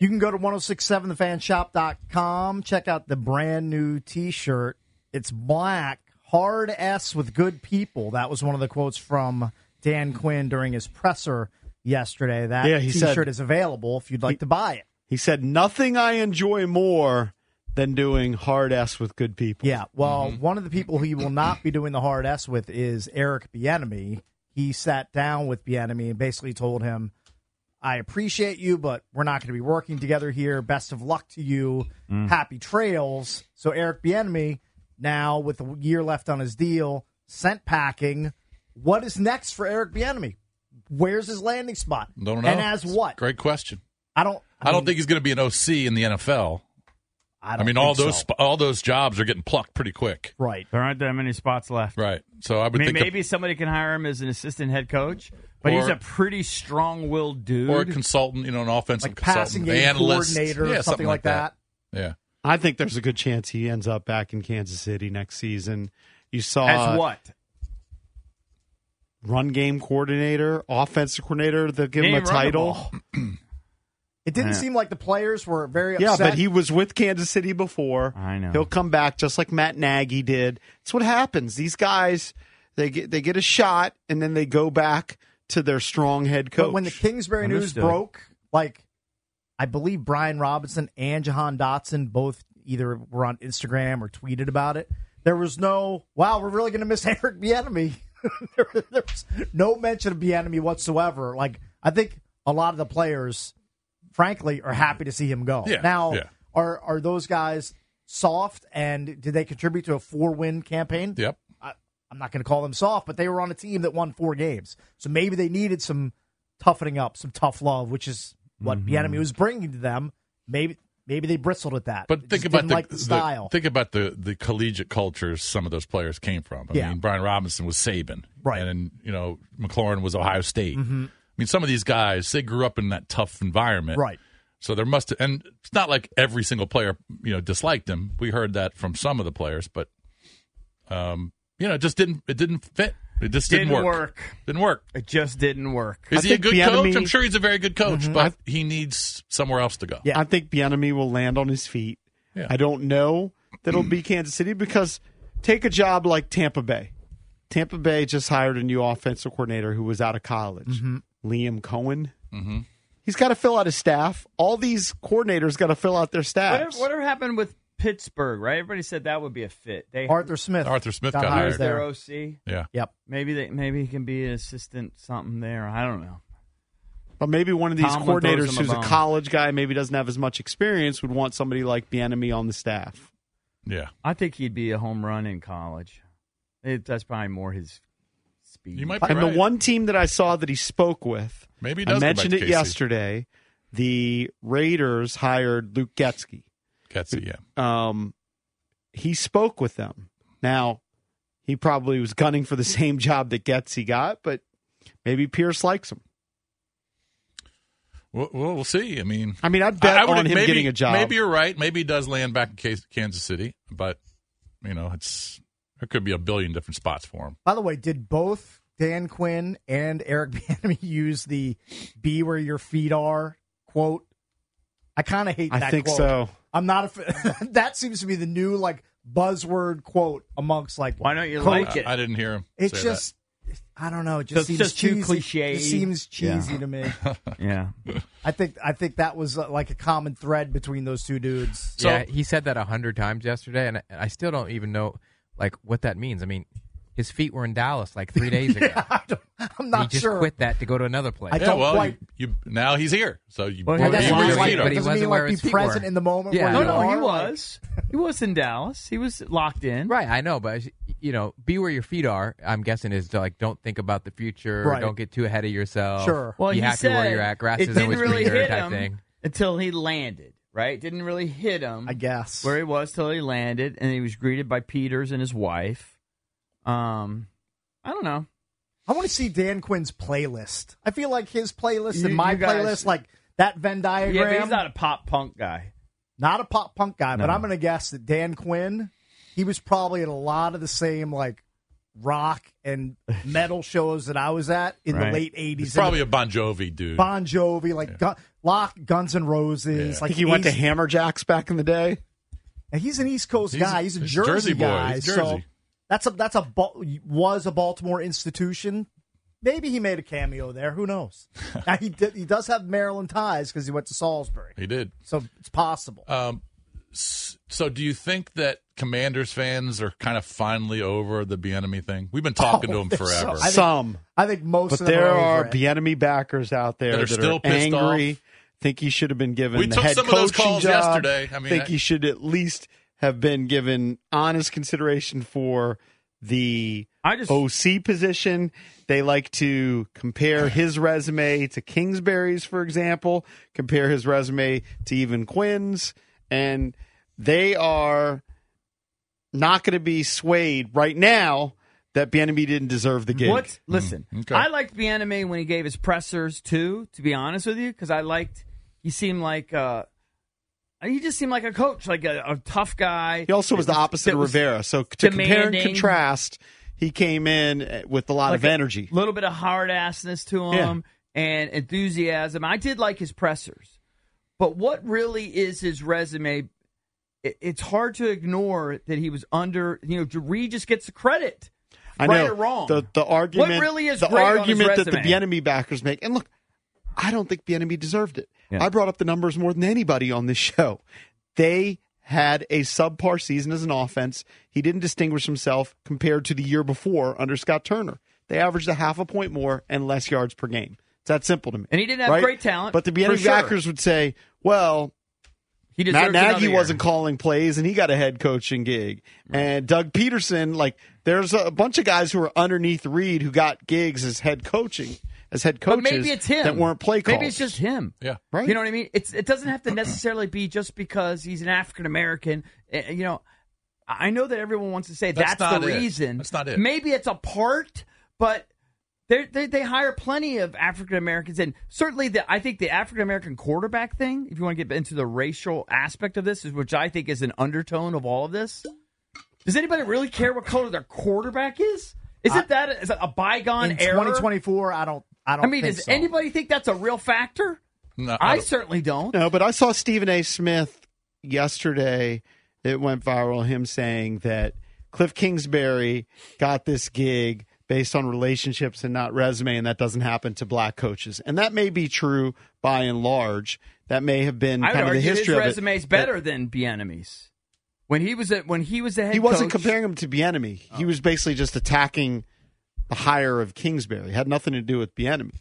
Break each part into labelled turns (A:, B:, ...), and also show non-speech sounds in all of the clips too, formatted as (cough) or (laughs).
A: You can go to 1067thefanshop.com, check out the brand new t shirt. It's black, hard S with good people. That was one of the quotes from Dan Quinn during his presser yesterday. That
B: Yeah,
A: t
B: he
A: shirt
B: said-
A: is available if you'd like to buy it.
B: He said, Nothing I enjoy more than doing hard S with good people.
A: Yeah. Well,
C: Mm-hmm.
A: one of the people he will not be doing the hard S with is Eric Bieniemy. He sat down with Bieniemy and basically told him, "I appreciate you, but we're not going to be working together here. Best of luck to you.
C: Mm.
A: Happy trails." So Eric Bieniemy, now with a year left on his deal, sent packing. What is next for Eric Bieniemy? Where's his landing spot?
C: Don't know.
A: And as what?
C: Great question.
A: I don't.
C: I, don't think he's going to be an OC in the NFL.
A: I,
C: I,
A: don't
C: mean, all
A: think
C: those
A: so.
C: sp- all those jobs are getting plucked pretty quick,
A: right.
D: There aren't that many spots left.
C: right? So I
D: I
C: would
D: mean,
C: think
D: maybe somebody can hire him as an assistant head coach, but he's
C: Or-
D: a pretty strong-willed
C: a,
D: dude.
C: or a consultant, you know, an offensive
A: Like
C: consultant,
A: passing game
C: analyst,
A: coordinator, or
C: yeah,
A: something, like that.
C: Yeah,
B: I think there's a good chance he ends up back in Kansas City next season. You saw
C: uh,
D: as what?
B: run game coordinator, offensive coordinator. They'll give
D: He
B: him a
D: ain't run the
B: title.
D: ball.
A: It didn't
D: Yeah.
A: seem like the players were very
B: Yeah,
A: upset.
B: but he was with Kansas City before.
D: I know.
B: He'll come back just like Matt Nagy did. It's what happens. These guys they get they get a shot and then they go back to their strong head coach.
A: But when the Kingsbury
D: Understood.
A: news broke, like I believe Brian Robinson and Jahan Dotson both either were on Instagram or tweeted about it. There was no wow, we're really going to miss (laughs) Eric Bieniemy. there, there was no mention of Bieniemy whatsoever. Like I think a lot of the players, frankly, are happy to see him go.
C: Yeah,
A: now,
C: yeah.
A: are are those guys soft and did they contribute to a four win campaign?
C: yep.
A: I'm not going to call them soft, but they were on a team that won four games. So maybe they needed some toughening up, some tough love, which is what the
C: Mm-hmm.
A: enemy was bringing to them. Maybe maybe they bristled at that.
C: But
A: They
C: think
A: just
C: about
A: didn't
C: the,
A: like the style.
C: think about the the collegiate cultures some of those players came from. I
A: Yeah.
C: mean, Brian Robinson was Saban,
A: Right. Mm-hmm.
C: And then, you know, McLaurin was Ohio State. I mean, some of these guys they grew up in that tough environment,
A: right.
C: So there must and it's not like every single player you know disliked him. We heard that from some of the players, but um, you know, it just didn't it didn't fit. It just didn't,
D: Didn't
C: work.
D: work.
C: Didn't work.
D: It just didn't work.
C: Is
B: I
C: he a
B: think Mm-hmm.
C: good
B: Bieniemy-
C: coach? I'm sure he's a very good coach, but he needs somewhere else to go.
A: Yeah.
B: I think Bienemy will land on his feet.
C: Yeah.
B: I don't know that it'll be Kansas City because take a job like Tampa Bay. Tampa Bay just hired a new offensive coordinator who was out of college, Liam Cohen. Mm-hmm. He's got to fill out his staff. All these coordinators got to fill out their
D: Whatever,
B: staffs.
D: whatever happened with Pittsburgh, right? Everybody said that would be a fit. They
A: Arthur Smith.
C: Arthur Smith
A: got
C: got
A: hired
D: hires
C: hired.
A: there.
D: their OC.
C: Yeah.
A: Yep.
D: Maybe they maybe he can be an assistant something there. I don't know.
B: But maybe one of these
D: Tomlin throws
B: coordinators
D: him a
B: who's a
D: bone.
B: college guy, maybe doesn't have as much experience, would want somebody like Bienemy on the staff.
C: Yeah.
D: I think he'd be a home run in college. It, that's probably more his speed.
C: You might be
B: And
C: right.
B: the one team that I saw that he spoke with,
C: Maybe he does
B: I
C: go back
B: mentioned
C: to
B: it
C: KC.
B: yesterday. The Raiders hired Luke Getzky.
C: Getsy, yeah.
B: Um, he spoke with them. Now, he probably was gunning for the same (laughs) job that Getzky got, but maybe Pierce likes him.
C: We'll, we'll, we'll see. I mean,
B: I mean, I'd bet
C: would-
B: on him
C: maybe-
B: getting a job.
C: Maybe you're right. Maybe he does land back in Cas- Kansas City, but you know, it's there could be a billion different spots for him.
A: By the way, did both Dan Quinn and Eric (laughs) Bieniemy use the "be where your feet are" quote? I kind of hate.
B: I
A: that
B: think
A: quote.
B: so.
A: I'm not. A, fa- (laughs) that seems to be the new like buzzword quote amongst like
D: Why don't you
A: coaches.
D: like it?
C: I, I didn't hear him.
A: It's
C: say
A: just I don't know. It just
D: It's
A: seems
D: just too
A: cheesy.
D: cliche.
A: It seems cheesy
D: (laughs)
A: to me.
D: Yeah.
A: I think I think that was uh, like a common thread between those two dudes. (laughs)
C: So-
E: yeah, he said that a hundred times yesterday, and I, I still don't even know like what that means. I mean, his feet were in Dallas like three days
A: (laughs)
E: ago.
A: I don't, I'm
E: and he
A: not
E: just
A: sure.
E: quit that to go to another place.
A: I
C: Yeah,
A: don't
C: well,
A: quite-
C: you, you now he's here, so you
D: Well,
C: be
D: I
A: Well,
D: guess
A: that
D: he
C: where
A: sounds
C: your
E: was
A: like,
C: feet
E: but
C: are.
E: he
A: doesn't
E: wasn't
A: mean
E: where
A: like be
E: his feet
A: present
E: were.
A: in the moment.
E: Yeah.
A: where
E: No,
D: No,
A: you
D: no, he
A: are, like-
D: was. He was in Dallas. He was locked in.
E: Right, I know, but you know, be where your feet are. I'm guessing is to, like don't think about the future,
A: Right.
E: don't get too ahead of yourself.
A: Sure.
E: be
D: he
E: happy where
D: said
E: you're at. Grass
D: it
E: is
D: didn't
E: always
D: really
E: greener
D: hit
E: type
D: him
E: thing.
D: until he landed. Right, didn't really hit him.
A: I guess.
D: where he was till he landed, and he was greeted by Peters and his wife. Um, I don't know.
A: I want to see Dan Quinn's playlist. I feel like his playlist
D: You-
A: and my
D: you guys-
A: playlist, like that Venn diagram,
D: Yeah, but he's not a pop punk guy.
A: not a pop punk guy, but
D: No.
A: I'm going to guess that Dan Quinn, he was probably at a lot of the same like rock and metal shows that I was at in the
D: Right.
A: late 80s.
C: He's probably a Bon Jovi dude.
A: Bon Jovi, like Gun, Lock, Guns N' Roses.
C: Yeah.
A: Like
B: think he went to
A: East-
B: Hammerjacks back in the day.
A: and he's an East Coast
C: He's a-
A: guy. He's a
C: he's
A: Jersey,
C: Jersey boy.
A: guy.
C: He's
A: So
C: Jersey.
A: that's a that's a Bal- was a Baltimore institution. Maybe he made a cameo there. Who knows? now he did, he does have Maryland ties because he went to Salisbury,
C: he did.
A: so it's possible.
C: Um, s- so do you think that Commanders fans are kind of finally over the Bienemy thing? We've been talking to
A: Oh,
C: him
A: they're so-
C: forever.
A: I think-
B: Some,
A: I think most
B: but
A: of them
B: there
A: are,
B: are
A: over it.
B: enemy backers out there
C: That
B: that
C: are
B: are,
C: still pissed
B: angry.
C: off.
B: Think he should have been given
C: We
B: the
C: took
B: head
C: some of
B: coaching
C: those calls
B: job.
C: yesterday. I mean,
B: think
C: I-
B: he should at least have been given honest consideration for the
D: I just
B: OC position. They like to compare his resume to Kingsbury's, for example, compare his resume to even Quinn's, and they are not going to be swayed right now that Bienemy didn't deserve the gig.
D: What? Listen,
C: Mm, okay.
D: I liked the anime when he gave his pressers too. To be honest with you, because I liked he seemed like uh, he just seemed like a coach, like a, a tough guy.
B: He also was the
D: That
B: opposite
D: that
B: of
D: was
B: Rivera. So to compare and
D: demanding.
B: contrast, he came in uh, with a lot
D: like
B: of energy.
D: a little bit of hard assness to him, and enthusiasm. I did like his pressers, but what really is his resume? It, it's hard to ignore that he was under. You know, Reed just gets the credit.
B: I know
D: right or wrong.
B: the the argument.
D: What really is
B: the
D: great on his
B: argument that the
D: resume?
B: Bienemy backers make? And look, I don't think Bienemy deserved it.
D: Yeah.
B: I brought up the numbers more than anybody on this (laughs) show. They had a subpar season as an offense. He didn't distinguish himself compared to the year before under Scott Turner. They averaged a half a point more and less yards per game. It's that simple to me.
D: And he didn't have
B: right?
D: great talent,
B: But the
D: for
B: Bienemy
D: sure.
B: backers would say, "Well,
D: He
B: Matt
D: deserves another
B: Nagy
D: year.
B: wasn't calling plays, and he got a head coaching gig. And Doug Peterson, like, there's a bunch of guys who are underneath Reed who got gigs as head coaching, as head
D: But
B: coaches
D: maybe it's him
B: that weren't play calls.
D: Maybe it's just him.
C: Yeah.
B: Right.
D: You know what I mean? It's it doesn't have to necessarily be just because he's an African American. eh, You know, I know that everyone wants to say
C: That's
D: that's,
C: not
D: the
C: it.
D: reason.
C: That's not it.
D: Maybe it's a part, but. They, they, they hire plenty of African Americans, and certainly the, I think the African American quarterback thing, if you want to get into the racial aspect of this, is which I think is an undertone of all of this. Does anybody really care what color their quarterback is? Isn't that is that a bygone
A: in
D: era?
A: 2024, I don't. I don't.
D: I mean,
A: think
D: does
A: so.
D: anybody think that's a real factor?
C: No,
D: I,
C: don't-
D: certainly don't.
B: no, but I saw Stephen A. Smith yesterday. It went viral. Him saying that Cliff Kingsbury got this gig based on relationships and not resume, and that doesn't happen to black coaches. And that may be true by and large. That may have been
D: I would
B: kind of the
D: argue his
B: history of it.
D: resume's better than Bienemy's. When he was a, when he was the head
B: he wasn't
D: coach,
B: comparing him to Bienemy. He was basically just attacking the hire of Kingsbury. It had nothing to do with Bienemy.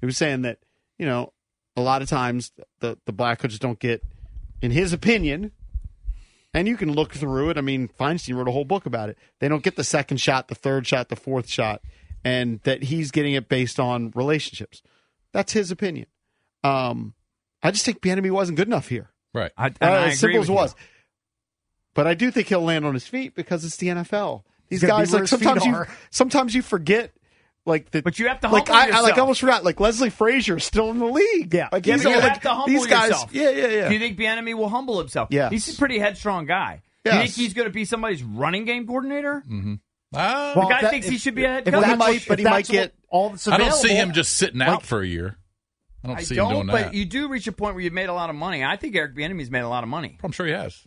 B: He was saying that you know a lot of times the the black coaches don't get, in his opinion, and you can look through it. I mean, Feinstein wrote a whole book about it. They don't get the second shot, the third shot, the fourth shot, and that he's getting it based on relationships. That's his opinion. Um, I just think Bienemy wasn't good enough here.
C: right. Um,
D: I, and
B: Uh,
D: I
B: as simple
D: agree
B: as
D: with
B: it
D: you.
B: was. But I do think he'll land on his feet because it's the NFL. These
A: gonna be
B: guys
A: where
B: like
A: his feet
B: sometimes you
A: are.
B: sometimes you forget like the
D: But you have to
B: like
D: humble
B: I, I like
D: yourself.
B: almost forgot like Leslie Frazier is still in the league.
A: Yeah.
B: like,
D: Yeah,
B: he's
D: but you
B: all,
D: have
B: like,
D: to humble
B: these guys.
D: yourself.
B: Yeah, yeah, yeah.
D: Do you think Bienemy will humble himself?
B: Yes.
D: he's a pretty headstrong guy. Do you
B: Yes.
D: think he's going to be somebody's running game coordinator?
C: Ah,
A: Well,
D: guy
A: that-
D: thinks
A: if-
D: he should be a head
A: if
D: coach.
A: that's
B: He might,
A: what-
B: but
A: if
B: he might
A: that's what
B: get-
A: all that's
C: I don't see
A: available-
C: him just sitting out
A: Like,
C: for a year. I don't
D: I
C: see
D: don't,
C: him doing
D: but
C: that.
D: you do reach a point where you've made a lot of money. I think Eric Bienemy's made a lot of money.
C: I'm sure he has.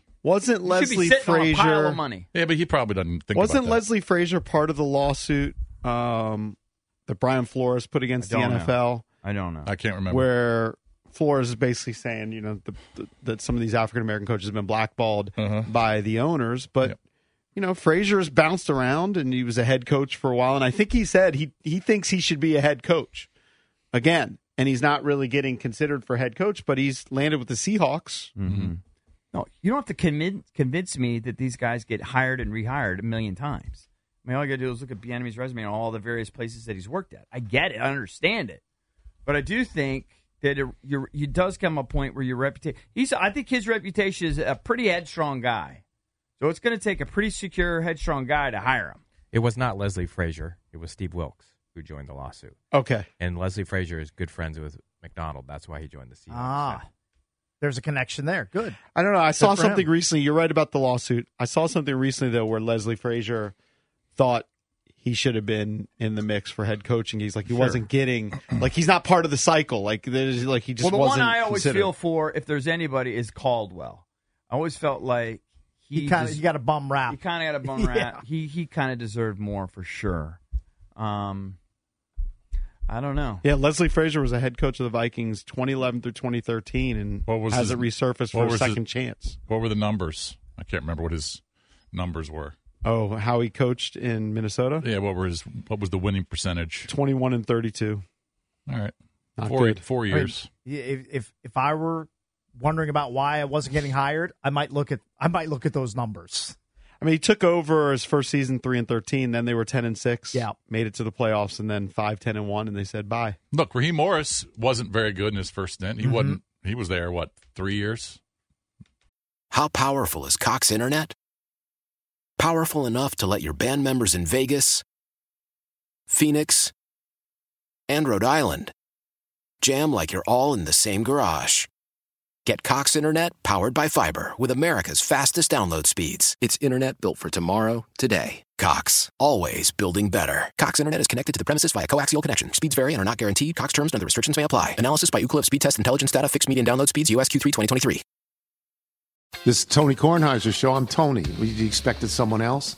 D: He
B: Wasn't
D: should be
B: Leslie
D: sitting on a pile
B: Frazier
D: of money.
C: Yeah, but he probably doesn't think.
B: wasn't
C: about that.
B: Leslie Frazier part of the lawsuit um, that Brian Flores put against the
D: I don't know.
B: NFL.
D: I don't know.
C: I can't remember.
B: where Flores is basically saying, you know, the, the, that some of these African American coaches have been blackballed
C: Uh-huh.
B: by the owners, but
C: Yep.
B: you know, Frazier's bounced around and he was a head coach for a while, and I think he said he he thinks he should be a head coach again, and he's not really getting considered for head coach, but he's landed with the Seahawks.
D: No, you don't have to convince convince me that these guys get hired and rehired a million times. I mean, all you gotta do is look at Bienemy's resume and all the various places that he's worked at. I get it, I understand it, but I do think that it, you you does come a point where your reputation. He's, I think, his reputation is a pretty headstrong guy. So it's going to take a pretty secure, headstrong guy to hire him.
E: It was not Leslie Frazier. It was Steve Wilkes who joined the lawsuit.
B: Okay,
E: And Leslie Frazier is good friends with McDonald. That's why he joined the Seahawks.
A: Ah, there's a connection there. Good.
B: I don't know. I saw
A: for
B: something
A: him.
B: recently. You're right about the lawsuit. I saw something recently though where Leslie Frazier thought he should have been in the mix for head coaching. He's like he wasn't getting like he's not part of the cycle. Like there's like he just
D: well, the
B: wasn't
D: one I always
B: considered.
D: feel for, if there's anybody, is Caldwell. I always felt like he,
A: You kind of
D: just-
A: you got a bum rap.
D: He kind of got a bum
A: (laughs) Yeah.
D: rap. He he kind of deserved more for sure. Um, I don't know.
B: Yeah, Leslie Frazier was a head coach of the Vikings 2011 through 2013 and
C: What was
B: has
C: his-
B: it resurfaced
C: what
B: for a
C: was his-
B: second chance.
C: What were the numbers? I can't remember what his numbers were.
B: Oh, how he coached in Minnesota?
C: Yeah, what were his? What was the winning percentage?
B: 21 and 32.
C: All right,
B: Not
C: four
B: good.
C: four
A: I mean,
C: years.
A: yeah, if, if if I were wondering about why I wasn't getting hired, I might look at I might look at those numbers.
B: I mean, he took over his first season 3 and 13, then they were 10 and 6.
A: Yeah.
B: Made it to the playoffs and then 5 10 and 1 and they said bye.
C: Look, Raheem Morris wasn't very good in his first stint. He
D: Mm-hmm.
C: wasn't. He was there what three years?
F: How powerful is Cox Internet? Powerful enough to let your band members in Vegas, Phoenix, and Rhode Island jam like you're all in the same garage. Get Cox Internet powered by fiber with America's fastest download speeds. It's internet built for tomorrow, today. Cox, always building better. Cox Internet is connected to the premises via coaxial connection. Speeds vary and are not guaranteed. Cox terms and other restrictions may apply. Analysis by Ookla of speed test intelligence data. Fixed median download speeds. USQ3 2023.
G: This is Tony Kornheiser's show. I'm Tony. You expected someone else?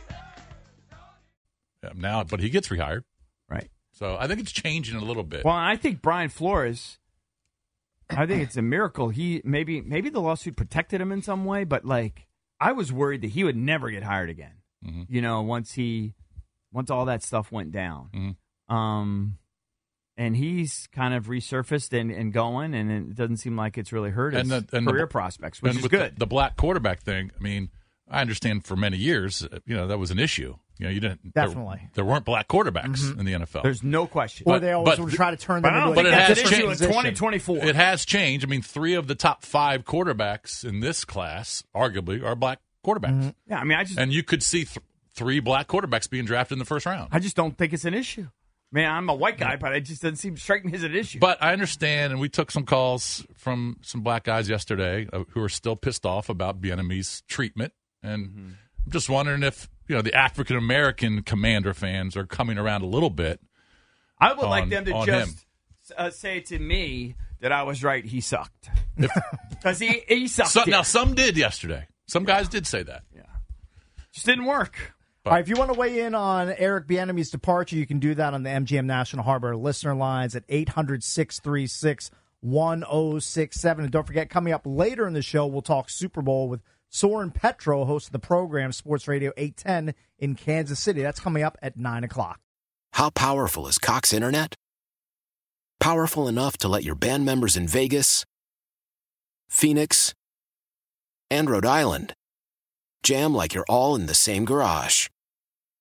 C: Um, now, but he gets rehired.
D: Right.
C: So I think it's changing a little bit.
D: Well, I think Brian Flores. I think it's a miracle. He maybe maybe the lawsuit protected him in some way, but like I was worried that he would never get hired again. You know, once he once all that stuff went down. Um and he's kind of resurfaced and, and going, and it doesn't seem like it's really hurt his
C: And the- and the-
D: career prospects, which
C: and
D: is
C: with
D: good.
C: The, the black quarterback thing. I mean, I understand for many years, uh, you know, that was an issue. You know, you didn't there-
A: Definitely.
C: There, weren't black quarterbacks in the NFL.
D: Mm-hmm. There's no question.
A: Or
C: But-
A: they always
C: but-
A: would try to turn
D: But
A: them
D: I don't
A: into
C: But
D: think
A: a
C: it
D: that's
C: has
D: an issue in
C: changed.
D: 2024.
C: it has changed. I mean, three of the top five quarterbacks in this class, arguably, are black quarterbacks,
D: yeah, I mean, I just
C: and you could see th- three black quarterbacks being drafted in the first round.
D: I just don't think it's an issue. I mean, I'm a white guy, but it just doesn't seem to strike me as an issue.
C: But I understand, and we took some calls from some black guys yesterday uh, who are still pissed off about Bienemy's treatment, and I'm just wondering if you know the African American Commander fans are coming around a little bit.
D: I would like
C: on-
D: them to
C: on
D: just uh, say to me that I was right. He sucked (laughs) because he he sucked.
C: So,
D: it.
C: now, some did yesterday. Some guys did say that.
D: just didn't work.
A: All right, if you want to weigh in on Eric Bieniemy's departure, you can do that on the MGM National Harbor listener lines at 800-636-1067. And don't forget, coming up later in the show, we'll talk Super Bowl with Soren Petro, host of the program Sports Radio 810 in Kansas City. That's coming up at 9 o'clock.
F: How powerful is Cox Internet? Powerful enough to let your band members in Vegas, Phoenix, and Rhode Island jam like you're all in the same garage.